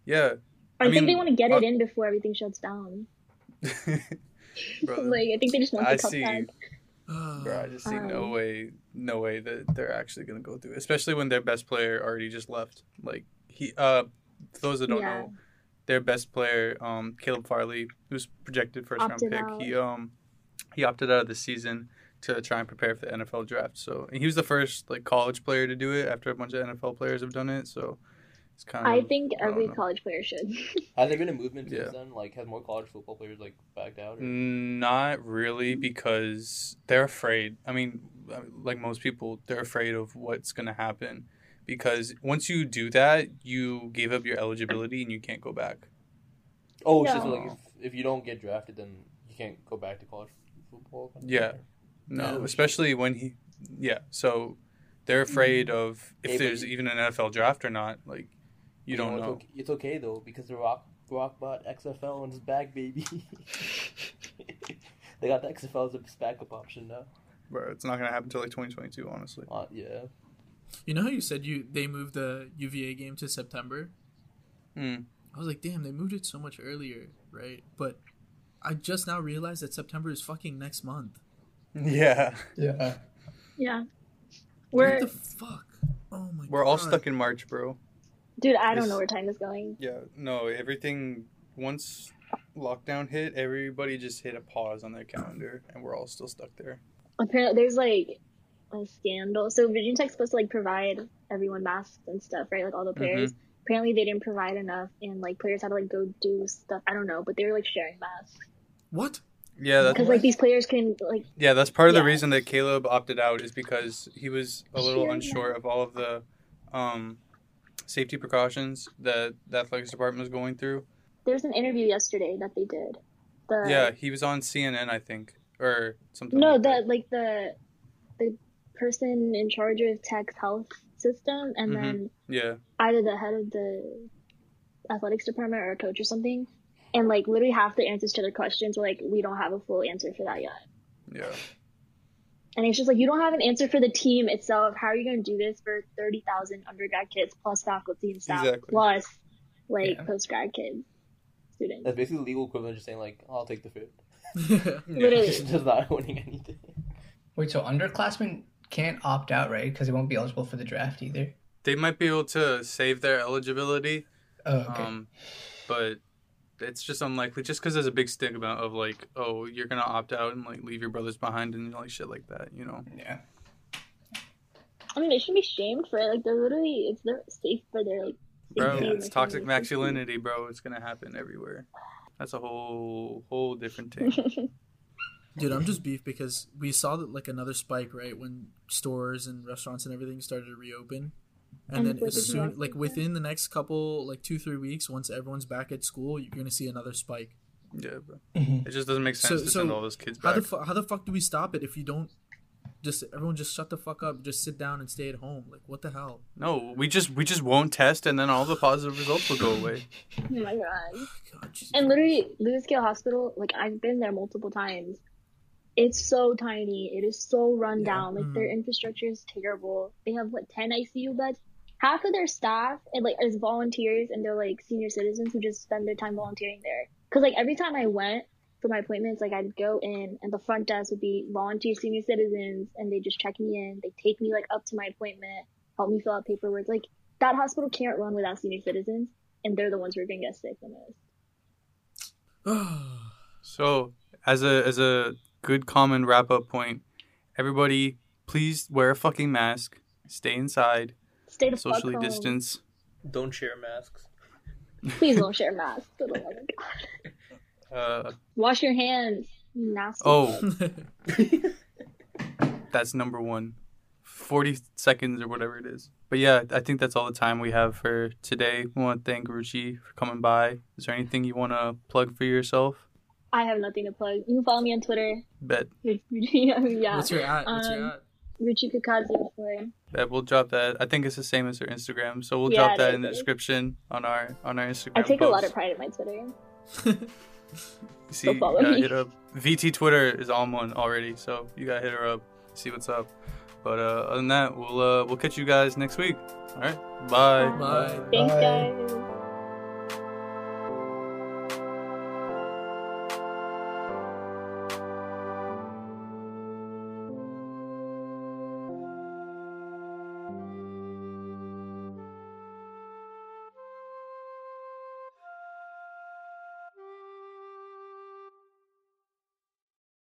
Yeah, I, I think they mean, want to get uh, it in before everything shuts down. *laughs* *laughs* brother. like, I think they just want I to cut see, back. bro. I Ugh. just see no Um, way, no way that they're actually gonna go through, it. especially when their best player already just left. Like he, uh, for those that don't Yeah. know, their best player, um, Caleb Farley, who's projected first round Opted pick, out. he um, he opted out of the season to try and prepare for the NFL draft. So and he was the first like college player to do it after a bunch of NFL players have done it. So it's kind of I think I don't every know. college player should. *laughs* Has there been a movement since Yeah. Mm. then? Like, has more college football players like backed out? Or... Not really, because they're afraid. I mean, like most people, they're afraid of what's going to happen. Because once you do that, you give up your eligibility and you can't go back. Oh, it's just No. like if, if you don't get drafted, then you can't go back to college football. kind of Yeah. thing. No, Oh, shit. Hmm. especially when he, yeah. So they're afraid of if Hey, but there's you- even an NFL draft or not. Like, you don't it's know. okay- It's okay, though because the Rock Rock bought XFL on his back, baby. *laughs* they got the XFL as a backup option now. Bro, it's not going to happen until like 2022, honestly. Uh, yeah. You know how you said you they moved the UVA game to September? Mm. I was like, damn, they moved it so much earlier, right? But I just now realized that September is fucking next month. *laughs* Yeah. Yeah. yeah. what We're, the fuck? Oh my We're god. all stuck in March, bro. dude, I don't this- know where time is going. Yeah, no, everything once lockdown hit, everybody just hit a pause on their calendar and we're all still stuck there. Apparently, there's like a scandal. So, Virginia Tech's supposed to like provide everyone masks and stuff, right? Like, all the Mm-hmm. players. Apparently, they didn't provide enough, and like players had to like go do stuff. I don't know, but they were like sharing masks. *laughs* What? *laughs* Yeah, Because that's like these players can like yeah, that's part of the Yeah. reason that Caleb opted out is because he was a little Sure, unsure of all of the um safety precautions that the athletics department was going through. there's an interview yesterday that they did. The Yeah, he was on CNN, I think, or something. no like the like the the person in charge of Tech's health system, and Mhm. then Yeah. either the head of the athletics department or a coach or something, and like literally half the answers to their questions were like we don't have a full answer for that yet. Yeah. And it's just like you don't have an answer for the team itself. How are you going to do this for thirty thousand undergrad kids plus faculty and staff Exactly. plus like Yeah. post grad kids, students? That's basically the legal equivalent of just saying like, "I'll take the fifth." *laughs* *laughs* Literally. Just just not winning anything. Wait, so underclassmen can't opt out, right? Because they won't be eligible for the draft either. They might be able to save their eligibility Oh, okay. Um, but it's just unlikely, just because there's a big stigma of like, oh, you're gonna opt out and like leave your brothers behind and like shit like that, you know? yeah. I mean, they should be shamed for it. Like they're literally it's their safe for their like. Bro, safety and it's their toxic family's safety. masculinity, bro. It's gonna happen everywhere. That's a whole whole different *laughs* thing. Dude, I'm just beef because we saw that like another spike, right, when stores and restaurants and everything started to reopen. And, And then people as just soon locked like down. within the next couple like two, three weeks, once everyone's back at school, you're gonna see another spike. Yeah, bro. Mhm. It just doesn't make So- sense to send so all those kids How back. the fu- how the fuck do we stop it if you don't just everyone just shut the fuck up, just sit down and stay at home. Like what the hell? No, we just we just won't test, and then all the positive results will go *laughs* away. *laughs* Oh my god. God, Jesus *laughs* Christ. And literally, Louisville Hospital, like I've been there multiple times. It's so tiny. It is so run Yeah. down. Like their Mhm. infrastructure is terrible. They have what ten ICU beds. Half of their staff and like is volunteers, and they're like senior citizens who just spend their time volunteering there. Cause like every time I went for my appointments, like I'd go in, and the front desk would be volunteer senior citizens, and they just check me in. They take me like up to my appointment, help me fill out paperwork. Like that hospital can't run without senior citizens, and they're the ones who are gonna get sick the most. So, as a as a good common wrap up point, everybody, please wear a fucking mask, stay inside, Stay the fuck socially home. distance. Don't share masks. *laughs* *laughs* Please don't share masks. Oh my God. Uh, Wash your hands. you Nasty. oh, Ugh. *laughs* that's number one. 40 seconds or whatever it is. But yeah, I think that's all the time we have for today. We want to thank Ruchi for coming by. Is there anything you want to plug for yourself? I have nothing to plug. You can follow me on Twitter. *laughs* Bet. yeah. What's your at? What's your Um, at? Ruchi Kakazi for Bet we'll drop that. I think it's the same as her Instagram, so we'll Yeah, drop it that is, in the it is. description on our on our Instagram. I take a lot post. of pride in my Twitter. You See, you follow gotta me. hit *laughs* up. VT Twitter is on one already, so you gotta hit her up, see what's up. But uh, other than that, we'll uh, we'll catch you guys next week. All right, bye. Bye. Thanks, Bye. guys.